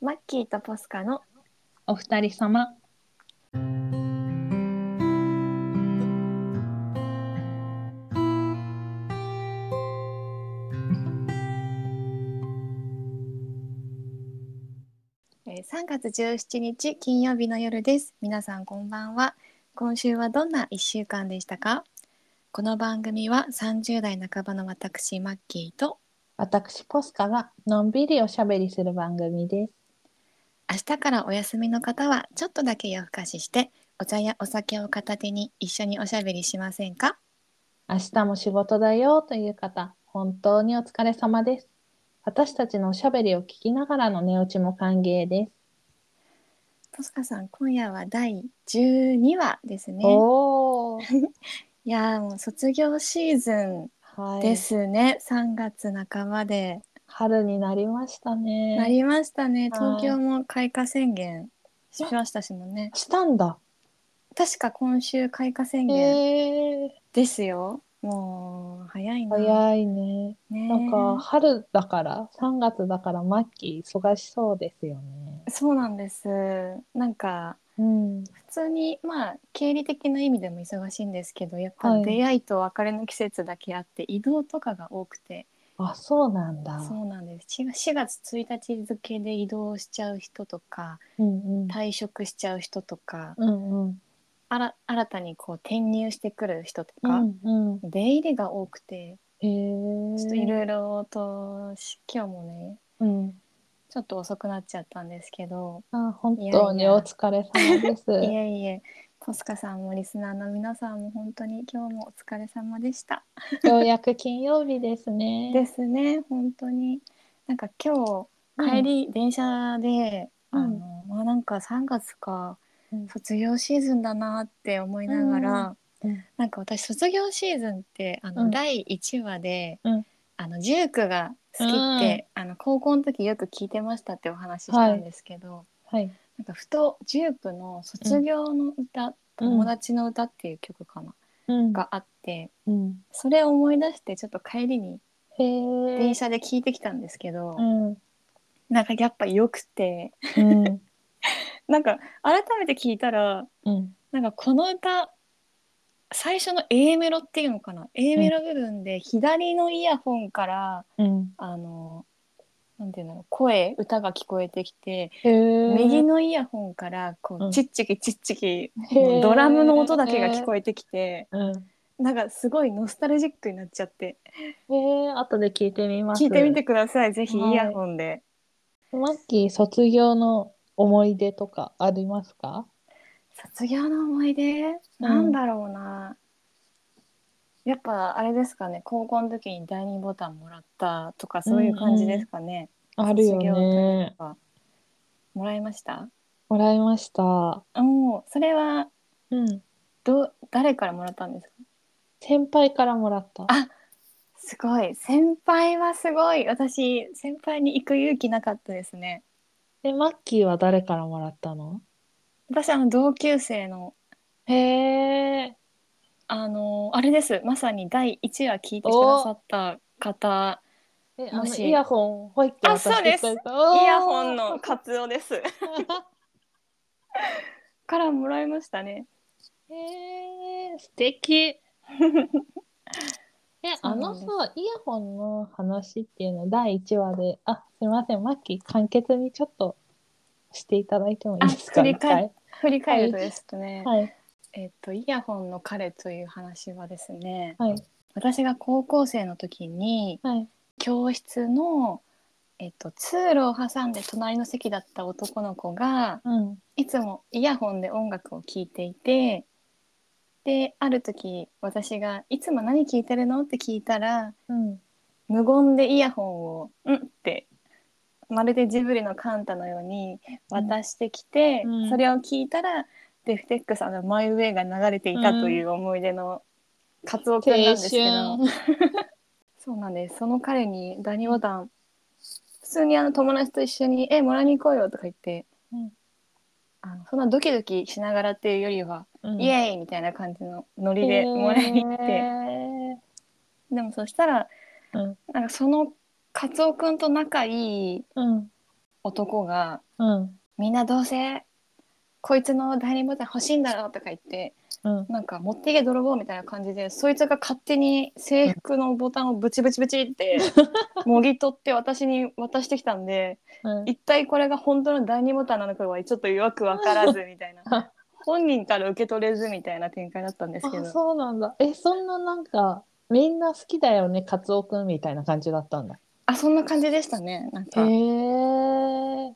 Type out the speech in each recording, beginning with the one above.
マッキーとポスカのお二人様。えー3月17日金曜日の夜です皆さんこんばんは今週はどんな1週間でしたかこの番組は30代半ばの私マッキーと私ポスカがのんびりおしゃべりする番組です。明日からお休みの方はちょっとだけ夜更かししてお茶やお酒を片手に一緒におしゃべりしませんか明日も仕事だよという方、本当にお疲れ様です。私たちのおしゃべりを聞きながらの寝落ちも歓迎です。ポスカさん今夜は第12話ですねおお、いやーもう卒業シーズンはい。で。すね、3月半ばで春になりましたね。なりましたねはい東京も開花宣言しましたしもんねしたんだ。確か今週開花宣へ言えですよ、もう早いな早いね。ねなんか春だから、3月だから末期忙しそうですよね。そうなんですなんかうん。普通にまあ経理的な意味でも忙しいんですけどやっぱはい出会いと別れの季節だけあって移動とかが多くて、あ、そうなんだ。そうなんです4月1日付で移動しちゃう人とかうんうん。退職しちゃう人とかうんうん。あら新たにこう転入してくる人とうか、んうん。出入りが多くてちへょっといえ。ろいろとし今日もねうん。ちょっと遅くなっちゃったんですけど、あ、本当いにやいやお疲れ様です。 いえいえポスカさんもリスナーの皆さんも本当に今日もお疲れ様でした。ようやく金曜日ですね。ですね本当になんか今日帰り、電車で、うんあのまあなんか3月かうん卒業シーズンだなって思いながら、うんうんなんか私卒業シーズンってあの、うん第1話で、うんあのジュークが好きって、あの高校の時よく聞いてましたってお話ししたんですけど、はい。なんかふとジュークの「卒業の歌、友達の歌」っていう曲かな、うん。があってうん。それを思い出してちょっと帰りにへえ。電車で聞いてきたんですけど、うん。なんかやっぱ良くてうん。なんか改めて聞いたらうん。なんかこの歌最初の A メロっていうのかな A メロ部分で左のイヤホンから、うん。あのなんていうんだろう声歌が聞こえてきて、へえ。右のイヤホンからこう、うんちっちきちっちきへーもうドラムの音だけが聞こえてきて、うん。なんかすごいノスタルジックになっちゃってへえ。後で聞いてみます。聞いてみてくださいぜひはいイヤホンで。マッキー卒業の思い出とかありますか？卒業の思い出、なんだろうなやっぱあれですかね高校の時に第二ボタンもらったとかそういう感じですかね、あるよ卒業といねう。かもらいましたもらいました。あもうそれはうん。どう誰からもらったんですか先輩からもらった。あすごい先輩はすごい私先輩に行く勇気なかったですねで、マッキーは誰からもらったの？私あの同級生のへえ。あのあれですまさに第1話聞いてくださった方え、あものしイヤホンほいって渡あそうですしてくれたイヤホン。 の活用ですおーからもらいましたね。 へえ、素敵。え、そうあなのんです、さイヤホンの話っていうの第1話で、あ、すいません、マッキー、簡潔にちょっとしていただいてもいいですかあ振り一返回振り返るとですね、はい。えっとイヤホンの彼という話はですね、はい。私が高校生の時にはい。教室のえっと通路を挟んで隣の席だった男の子がうん。いつもイヤホンで音楽を聴いていて。である時私が「いつも何聴いてるの?」って聞いたらうん。無言でイヤホンを「うん」ってまるでジブリのカンタのように渡してきて、うんうんそれを聞いたらデフテックさんの「マイ・ウェイ」が流れていたという思い出のカツオくんなんですけど、青 そうなんですその彼にダニボタン普通にあの友達と一緒に「えもらいに行こうよ」とか言って、うんあのそんなドキドキしながらっていうよりは「春。イエーイ!」みたいな感じのノリでもらいに行って、へでもそしたらーうん。なんかそのカツオくんと仲いいうん。男がうん。みんなどうせこいつの代理ボタン欲しいんだろうとか言ってうん。なんか持ってけ泥棒みたいな感じでそいつが勝手に制服のボタンをブチブチブチって もぎ取って私に渡してきたんでうん。一体これが本当の第二ボタンなのかはちょっとよく分からずみたい な本人から受け取れずみたいな展開だったんですけあ、どそうなんだ。え、そんななんか、みんな好きだよね、カツオくんみたいな感じだったんだ。あそんな感じでしたねなんへかえ。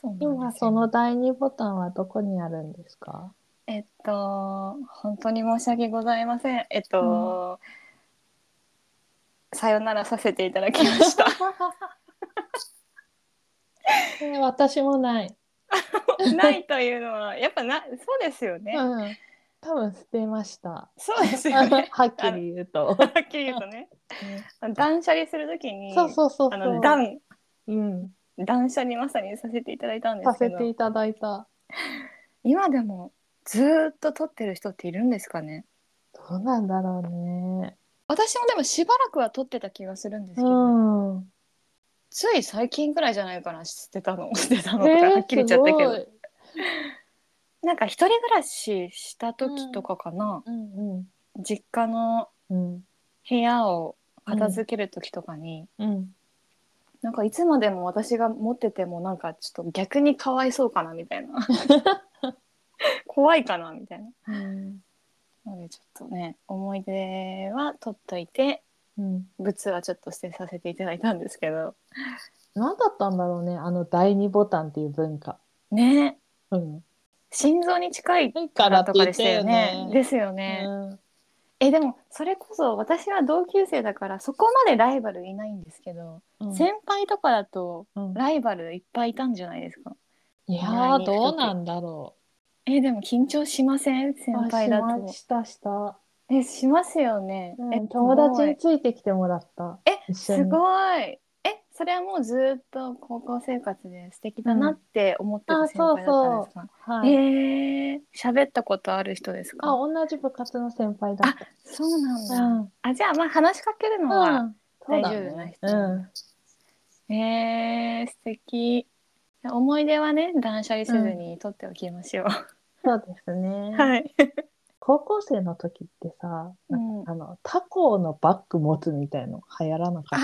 そうなんですよ今その第二ボタンはどこにあるんで すか？えっと本当に申し訳ございませんえっと、さよならさせていただきま したえ私もない。ないというのはやっぱなそうですよね、うん。多分捨て ました。そうですよねはっきり言うと。はっきり言うとね断捨離するときに そうそうそうそう。あの断うん。断捨離まさにさせていただいたんでさすけせどていただいた。今でもずーっと撮ってる人っているんですかねどうなんだろうね。私もでもしばらくは撮ってた気がするんですけうど、ん。つい最近ぐらいじゃないかな捨てたの捨てたのとか、えはっきり言っちゃったけどすなんか一人暮らしした時とかかな、ごいうん実家のうんうん部屋を片付ける時とかに、うん。なんかいつまでも私が持っててもなんかちょっと逆にかわいそうかなみたいな 怖いかなみたいなうんなのでちょっとね思い出は取っといてうん。物はちょっと捨てさせていただいたんですけど何だったんだろうねあの第二ボタンっていう文化。ねうん。心臓に近いからってとか言でっしたたよよねね。ですよね、うんえでもそれこそ私は同級生だからそこまでライバルいないんですけど、うん先輩とかだとうんライバルいっぱいいたんじゃないですかいや狙いに行くー時どうなんだろえーでも緊張しませんう。先輩だあとしましたした、えしますよね、うんえ友達についてきてもらった。え一す緒にごいえそれはもうずーっと高校生活で素敵だなって思ってうんたあ先輩だったんですか、はい。えー喋ったことある人ですかあ同じ部活の先輩だっそうなんた。だ、あじゃあまあ話しかけるのうは、ん。そうだ大丈夫なね人。うん。えー素敵思い出はね断捨離せずに取っておきましょう、そうですね。はい、高校生の時ってさ、うなんかん、流あの他校のバッグ持つみたいの流行らなかっ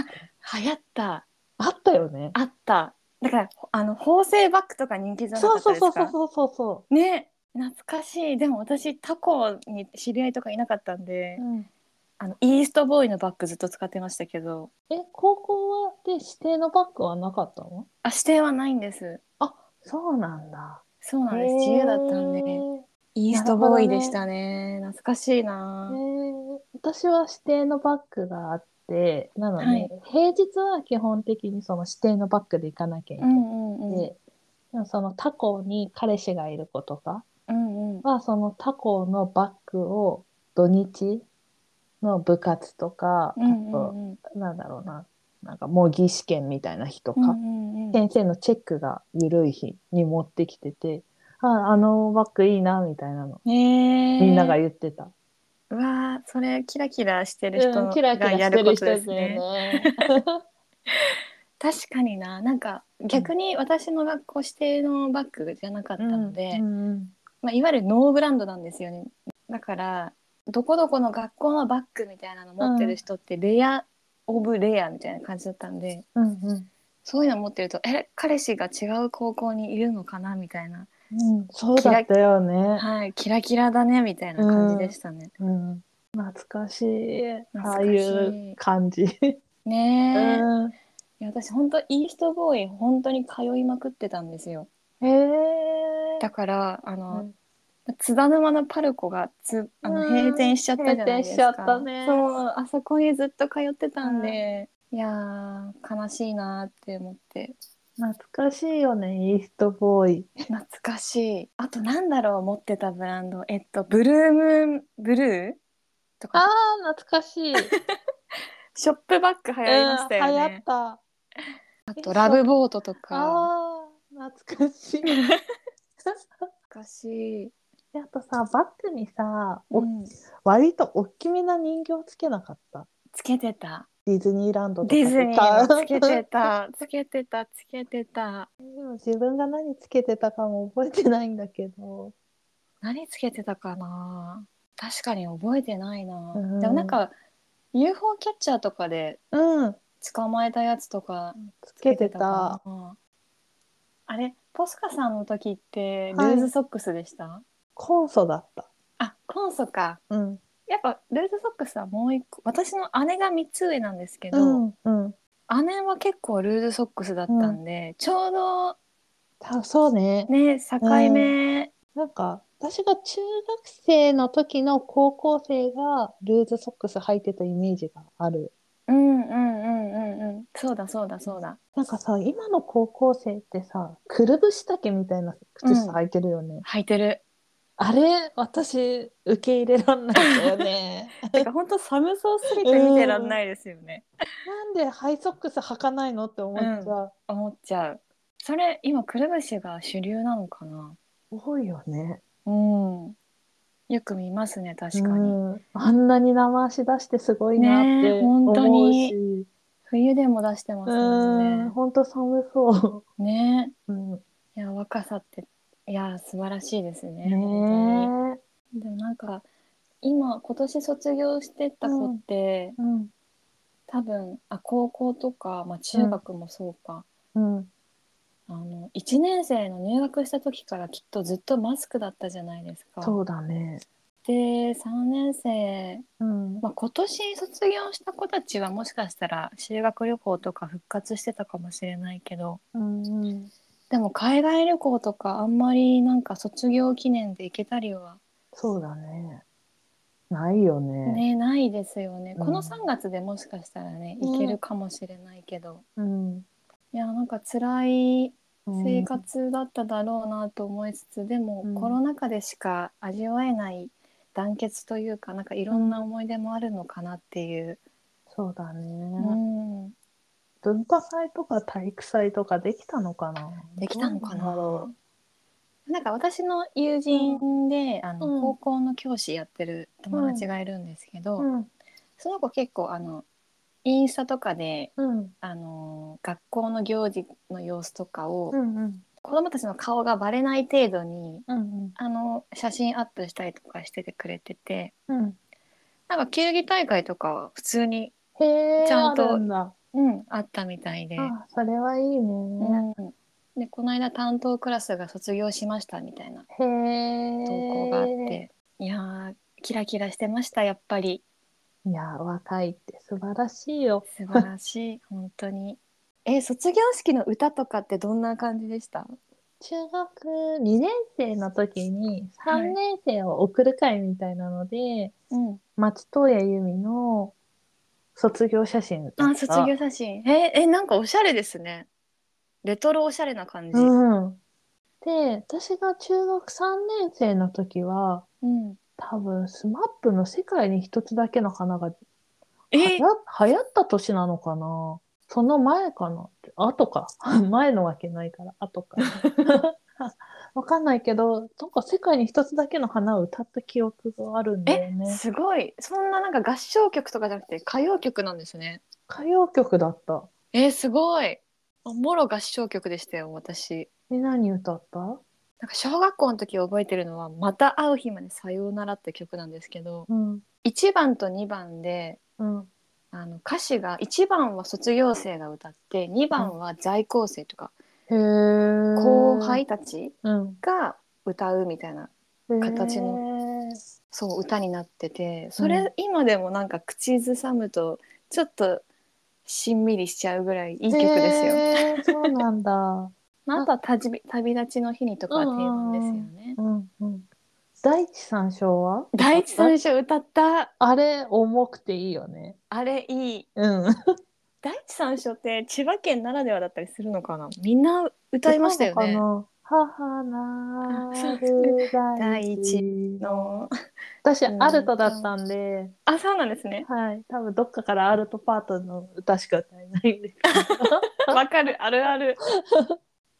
た。行ったあったよね。あった。だから、あの、縫製バッグとか人気じゃなそかうったそうですかそうそうそうそね、懐かしい。でも私、他校に知り合いとかいなかったんでう。、うんあの、イーストボーイのバッグずっと使ってましたけど、え高校はで指定のバッグはなかったの？あ、指定はないんです。そうなんだ。そうなんです。自由だったんで。イーストボーイでしたね。懐かしいえな。ー私は指定のバッグがあってなので、はい平日は基本的にその指定のバッグで行かなきゃいけうなくんうんうん。て、でもその他校に彼氏がいる子とかうんうん。はその他校のバッグを土日の部活とか、うんうあとんうん。なんだろうななんか模擬試験みたいな日とか、うんうんうん先生のチェックが緩い日に持ってきててああのバッグいいなみたいなのねえみんなが言ってた。うわーそれキラキラしてる人うん、キラキがラやしるてこると人でですすよね。ね。確かにななんか逆に私の学校指定のバッグじゃなかったので、うんうんまあ、いわゆるノーブランドなんですよねだからどこどこの学校のバッグみたいなの持ってる人ってレア、オブレアみたいな感じだったんでうんうんそういうの持ってるとえ彼氏が違う高校にいるのかなみたいな、うん、そうだったよね。はい、キラキラだねみたいな感じでしたね。うん、懐かしい。懐あかあしいいう感じ。ねえ、いうんや私本当イーストボーイ本当に通いまくってたんですよ。へえだからあの、うん津田沼のパルコがつあのうん閉店しちゃったじゃないですか。閉店しちゃったねそうあそこにずっと通ってたんで、いやー悲しいなーって思って懐かしいよね、イーストボーイ。懐かしい。あとなんだろう持ってたブランドえっとブルームーンブルーとあかあ、懐かしい。うん、流ショップバッグ流行りましたよ行っね。た。ああとラブボートとかあー、懐か しい。懐かしい。であとさ、バッグにさ、おうん、割と大きめな人形つけなかった。つけてた。ディズニーランドとかディズニーのつけててたつけてたつけてた自分が何つけてたかも覚えてないんだけど何つけてたかな確かに覚えてないな、うんでもなんか UFO キャッチャーとかでうん捕まえたやつとかつけてたかなあれポスカさんの時ってルはいーズソックスでした、コンソだったあコンソかうんやっぱルーズソックスはもう一個私の姉が3つ上なんですけど、うんうん姉は結構ルーズソックスだったんで、ちょうどたそうねね境目、なんか私が中学生の時の高校生がルーズソックス履いてたイメージがあるうん、うんうんうんうんそうだそうだそうだなんかさ今の高校生ってさくるぶし丈みたいな靴下履いてるよね、履いてる あれ私受け入れらんないんだよ ねてか本当寒そうすぎて見てらんないですよね、なんでハイソックス履かないのって思っちゃ思っちゃうそれ今くるぶしが主流なのかなう、多いよねうんよく見ますね確かに、うんあんなに生足出してすごいなっねて本当思うにし、冬でも出してますもうんん本当寒そねねう、うん、いや若さっていや素晴らしいですね本ね当にでもなんか今今年卒業してった子って、えうん多分あ高校とか、まあ、中学もそうか、うんあの1年生の入学した時からきっとずっとマスクだったじゃないですか。そうだねで3年生、うんまあ、今年卒業した子たちはもしかしたら修学旅行とか復活してたかもしれないけどうんうんでも海外旅行とかあんまりなんか卒業記念で行けたりはそうだねないよねねないですよね、うんこの3月でもしかしたらね行けるかもしれないけど、うんいやなんか辛いうん生活だっただろうなと思いつつ、でも、うんコロナ禍でしか味わえない団結というかなんかいろんな思い出もあるのかなっていう、そうだね、うん文化祭とか体育祭とかできたのかなできたのかどうなんだなろなんか私の友人で、あのうん高校の教師やってる友達がいるんですけど、ううんその子結構あのインスタとかでうんあの学校の行事の様子とかを、うんうん子どもたちの顔がバレない程度にうんあの写真アップしたりとかしててくれてて。うんなんか球技大会とかは普通に、へえちゃんとあるんだうん、あったみたいで,、あそれはいいね、うん、でこの間担当クラスが卒業しましたみたいなへえ投稿があって、いやーキラキラしてましたやっぱりいや若いって素晴らしいよ素晴らしい 本当にえ卒業式の歌とかってどんな感じでした中学2年生の時にはい3年生を送る会みたいなので、うん、松任谷由実の卒業写真だあった卒業写真ええなんかおしゃれですねレトロおしゃれな感じ、うん。で、私が中学3年生の時は、うん多分スマップの世界に一つだけの花がえ流行流行った年なのかなその前かな後か。 前のわけないから、後か。 わかんないけど、なんか世界に一つだけの花を歌った記憶があるんだよね。すごいそんななんか合唱曲とかじゃなくて歌謡曲なんですね歌謡曲だった。えー、すごいもろ合唱曲でしたよ私え、何歌ったなんか小学校の時覚えてるのは「また会う日までさようなら」って曲なんですけどうん。 1番と2番でうん。あの歌詞が1番は卒業生が歌って2番は在校生とかへー。後輩たちうん。が歌うみたいな形の。そう歌になっててそれ、う今でもなんか口ずさむとちょっとしんみりしちゃうぐらいいい曲ですよ。へーそうな んだ。まあ、あとは旅「旅立ちの日に」とかは定番ですよね。うんうん。大地三章は第一三章歌ったあれ、重くていいよね。あれいいうん。第一三章って千葉県ならではだったりするのかなみんな歌いましたよね。の母なそうる大地大地の私、うんアルトだったんで、あそうなんですね。はい。多分、どっかからアルトパートの歌しか歌えないん ですけど。わかるあるある。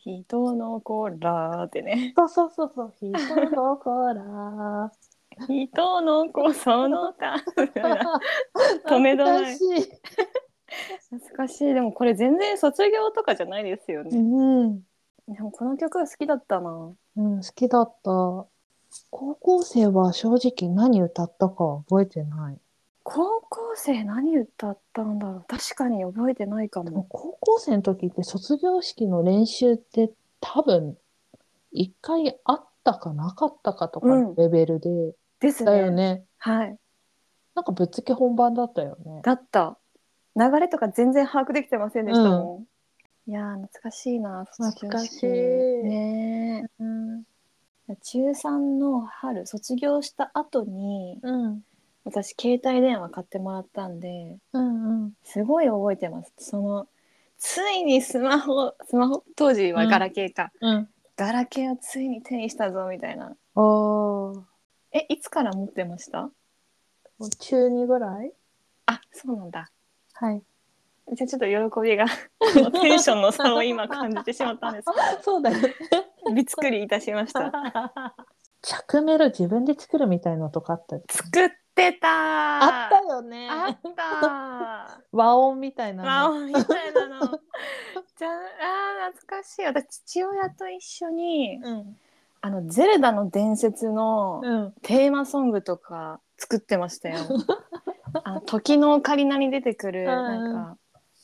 人の子らーってね。そうそうそうそう。人の子ら。人の子その他。止 止めどない懐かしい。懐かしいでもこれ全然卒業とかじゃないですようね、ん。でもこの曲が好きだったなうん、好きだった。高校生は正直何歌ったかは覚えてない。高校生何歌ったんだろう確かに覚えてないかでもも高校生の時って卒業式の練習って多分一回あったかなかったかとかのレベルで、ですねだよね。はいなんかぶっつけ本番だったよね。だった流れとか全然把握できてませんでしたもん、いやー懐かしいな卒業懐か式しいねえ中3の春卒業した後にうん。私携帯電話買ってもらったんでうんうん。すごい覚えてますそのついにスマホスマホ当時はガラケーか、うん。ガラケーをついに手にしたぞみたいなあえいつから持ってましたあ。中2ぐらいあそうなんだはい。じゃあちょっと喜びが このテンションの差を今感じてしまったんです そうだよね。びつくりいたしました着メロ自分で作るみたいのとかあったよね作ってたあったよね。あった和音みたいな の。魔王みたいなのじゃああー懐かしい私父親と一緒にうん。 「あのゼルダの伝説」のうん。テーマソングとか作ってま したよあの時のオカリナに出てくるなんか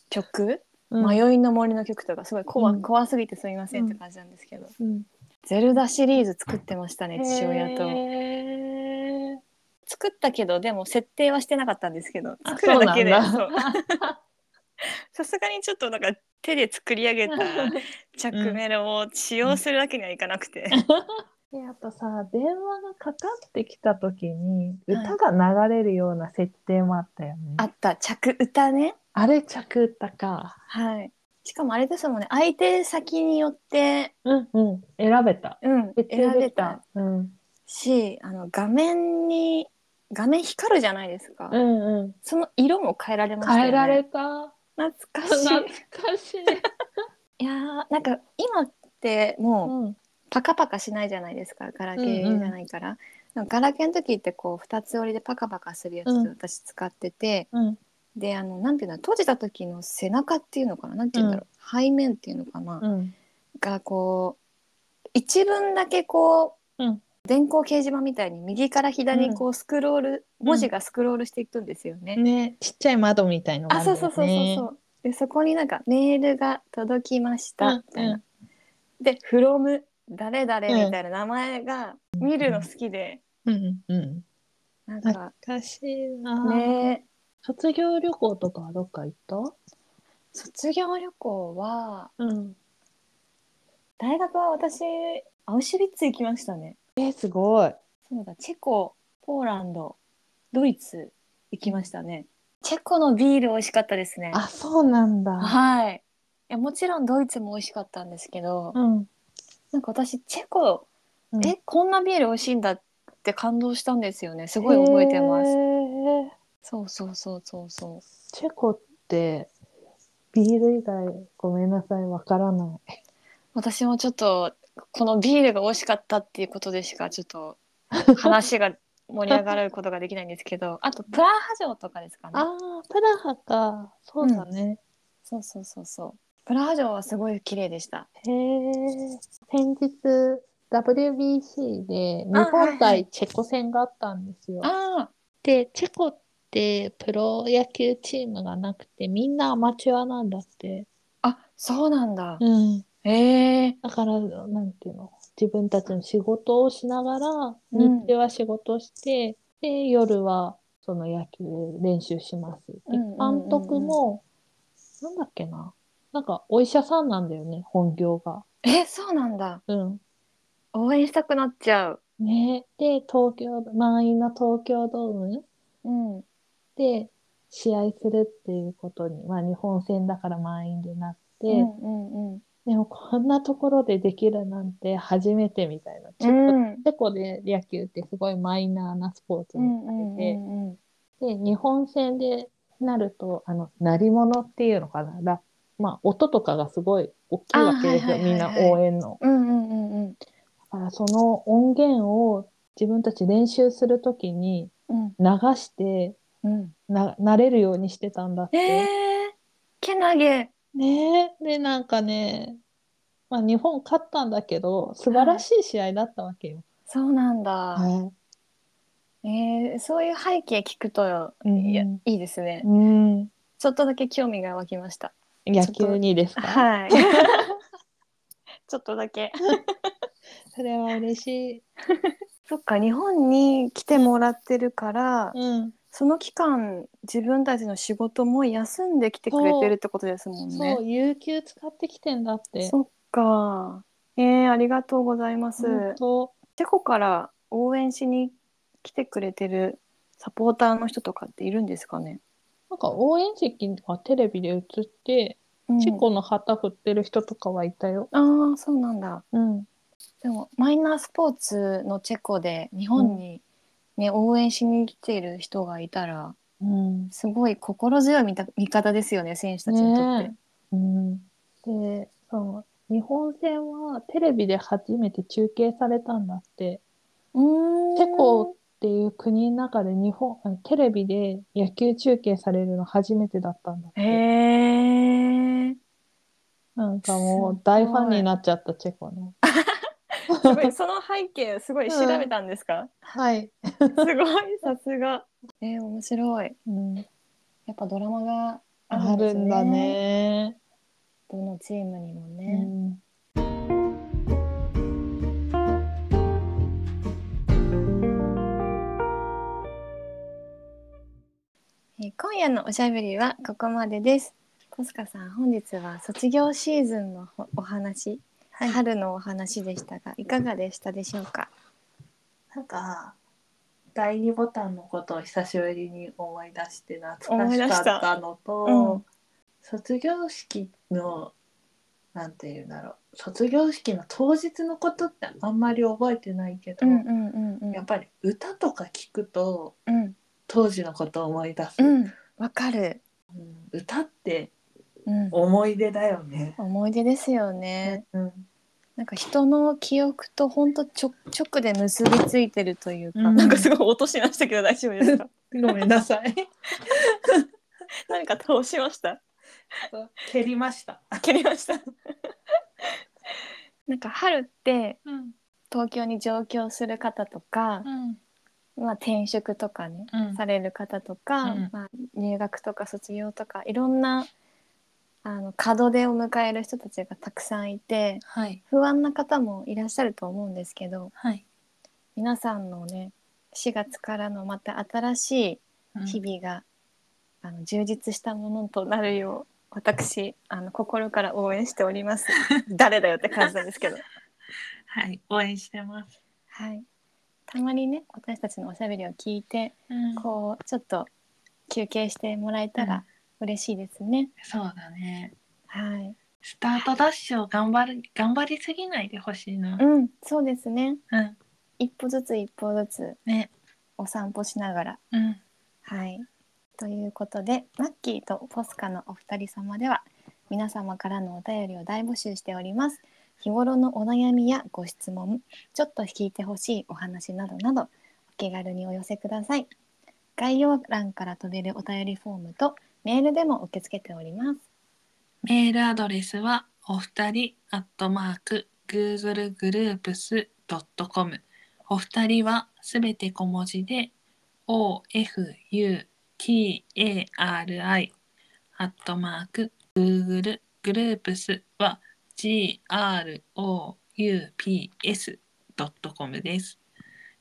曲、迷いの森の曲とかすごい怖,、うん怖すぎてすみませんって感じなんですけど、うん。ゼルダシリーズ作ってましたね父親と。へー作ったけどでも設定はしてなかったんですけどあ作るだけでそうなんだそう さすがにちょっとなんか手で作り上 げた着メロを使用するわけにはいかなくて、であとさ電話がかかってきた時に歌が流れるような設定もあったよね。あった着歌ねあれ着歌か。はいしかもあれですもんね相手先によってうんうん。選べた。うん選べた。うん。しあの画面に画面光るじゃないですか、うんうん。その色も変えられましたよね変えられた。懐かし懐いかしい。いやーなんか今って もう、うん。パカパカしないじゃないですかガラケーじゃないから、でもガラケーの時ってこう二つ折りでパカパカするやつうん私使ってて、うん。であのなんていうの閉じた時の背中っていうのかななんていうんだろう、背面っていうのかな、うん。がこう一文だけこう、うん電光掲示板みたいに右から左にこうスクロール、ん文字がスクロールしていくんですよね。ね、ちっちゃい窓みたいのがああそるうそうそうそうそう。でそこになんかメールが届きましたみたいな。うんうんで「from 誰々」みたいな名前が見るの好きで、う。うんうん。なんか懐かしいな。ね卒業旅行とかはどっか行っ卒業旅行はたうん。大学は私アウシュビッツ行きましたね。え、すごい。そうだチェコポーランドドイツ行きましたね。チェコのビール美味しかったですね。あ、そうなんだ。はい。いやもちろんドイツも美味しかったんですけど、 うん。なんか私チェコうんえこんなビール美味しいんだって感動したんですよねすごい覚えてまへすーそうそうそうそうそチェコって、ビール以外、ごめんなさい、わからなう私もちょっとこのビールが美味しかったっていうことでしかちょっと話が盛り上がることができないんですけどあとプラハ城とかですか い。ねあー、プラハか。そうだね。そうそうそうそうプラハ城はすごい綺麗でしたへえ。先日、WBC で、日本あはいは対チェコ戦があったんですよ。あで、チェコってプロ野球チームがなくて、みんなアマチュアなんだって。ああそうなんだうん。へえだから、なんていうの、自分たちの仕事をしながら、日中は仕事して、で、夜はその野球練習します。で、うんうんうんうん監督も、なんだっけな、なんかお医者さんなんだよね、本業が。えそうなんだうん。応援したくなっちゃうね。で、東京、満員の東京ドームうんで試合するっていうことに、まあ日本戦だから満員でなって、うんうんうんでもこんなところでできるなんて初めてみたいな。ちょっとうんチェコで野球ってすごいマイナーなスポーツうにんうんうんうんで日本戦でなるとあの鳴り物っていうのかなラまあ音とかがすごい大きいわけですよ、あはいはいはいはいみんな応援の。うんうんうんうんだからその音源を自分たち練習するときにうん流してうんな慣れるようにしてたんだって。えー、結けなげ。ねえ、で、なんかね、まあ、日本勝ったんだけど、素晴らしい試合だったわけよ。そうなんだ。はえーそういう背景聞くと、い。うんいやいいですねう。ん。ちょっとだけ興味が湧きました。野球にですか、はい。 ちょっとだけ。それは嬉しい。そっか、日本に来てもらってるから、うん。その期間自分たちの仕事も休んできてくれてるってことですもんねそう、。有給使ってきてんだって。そっか。えー、ありがとうございます。本当チェコから応援しに来てくれてるサポーターの人とかっているんですかね。なんか応援席がテレビで映って、うんチェコの旗振ってる人とかはいたよ。ああ、そうなんだ。うん。でもマイナースポーツのチェコで日本に、ね応援しに来ている人がいたらうん。すごい心強い見た見方ですよね選手たちにとって。ねえうん、でその日本戦はテレビで初めて中継されたんだってうーんチェコっていう国の中で日本あテレビで野球中継されるの初めてだったんだっへてえ。なんかもすうごい大ファンになっちゃったチェコねすごいその背景すごい調べたんですか。はい、すごいさすが。 えー、面白い。うん、やっぱドラマがあるんあるんですね。だねどのチームにもうね。んえー今夜のおしゃべりはここまでです。コスカさん本日は卒業シーズンのほお話、春のお話でしたがいかがでしたでしょうか。なんか第二ボタンのことを久しぶりに思い出して懐思い出かしたしかったのとうん卒業式のなんていうんだろう卒業式の当日のことってあんまり覚えてないけど、うんうんうやっぱり歌とか聞くとうん当時のことを思い出す、うんわかる。うん歌ってうん。思い出だよね。思い出ですよね。うんなんか人の記憶と本当ちょ直で結びついてるというか、うんなんかすごい落としましたけど大丈夫ですか。ごめん なさい何か倒しました。蹴りました、蹴りました。 なんか春ってうん東京に上京する方とか、うんまあ転職とかね、うんされる方とか、うんまあ入学とか卒業とかいろんなあの門出を迎える人たちがたくさんいてはい不安な方もいらっしゃると思うんですけどはい、皆さんのね4月からのまた新しういん日々が、あの充実したものとなるよう私あの心から応援しております 誰だよって感じなんですけど。はい応援してます、はい、たまにね私たちのおしゃべりを聞いてうんこうちょっと休憩してもらえたうんら嬉しいですね。そうだねはい。スタートダッシュを頑張る頑張りすぎないでほしいなうん、そうですね。うん一歩ずつ一歩ずつねお散歩しながら、うんはい。ということで、マッキーとポスカのお二人様では皆様からのお便りを大募集しております。日頃のお悩みやご質問、ちょっと聞いてほしいお話などなどお気軽にお寄せください。概要欄から飛べるお便りフォームとメールでも受け付けております。メールアドレスはお二人アットマーク Google グループス .com お二人はすべて小文字で OFUTARI アットマーク Google グループスは GROUPS.com です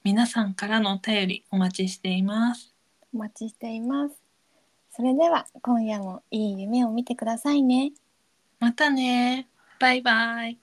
皆さんからのお便りお待ちしていますお待ちしています。それでは今夜もいい夢を見てくださいね。またねバイバイ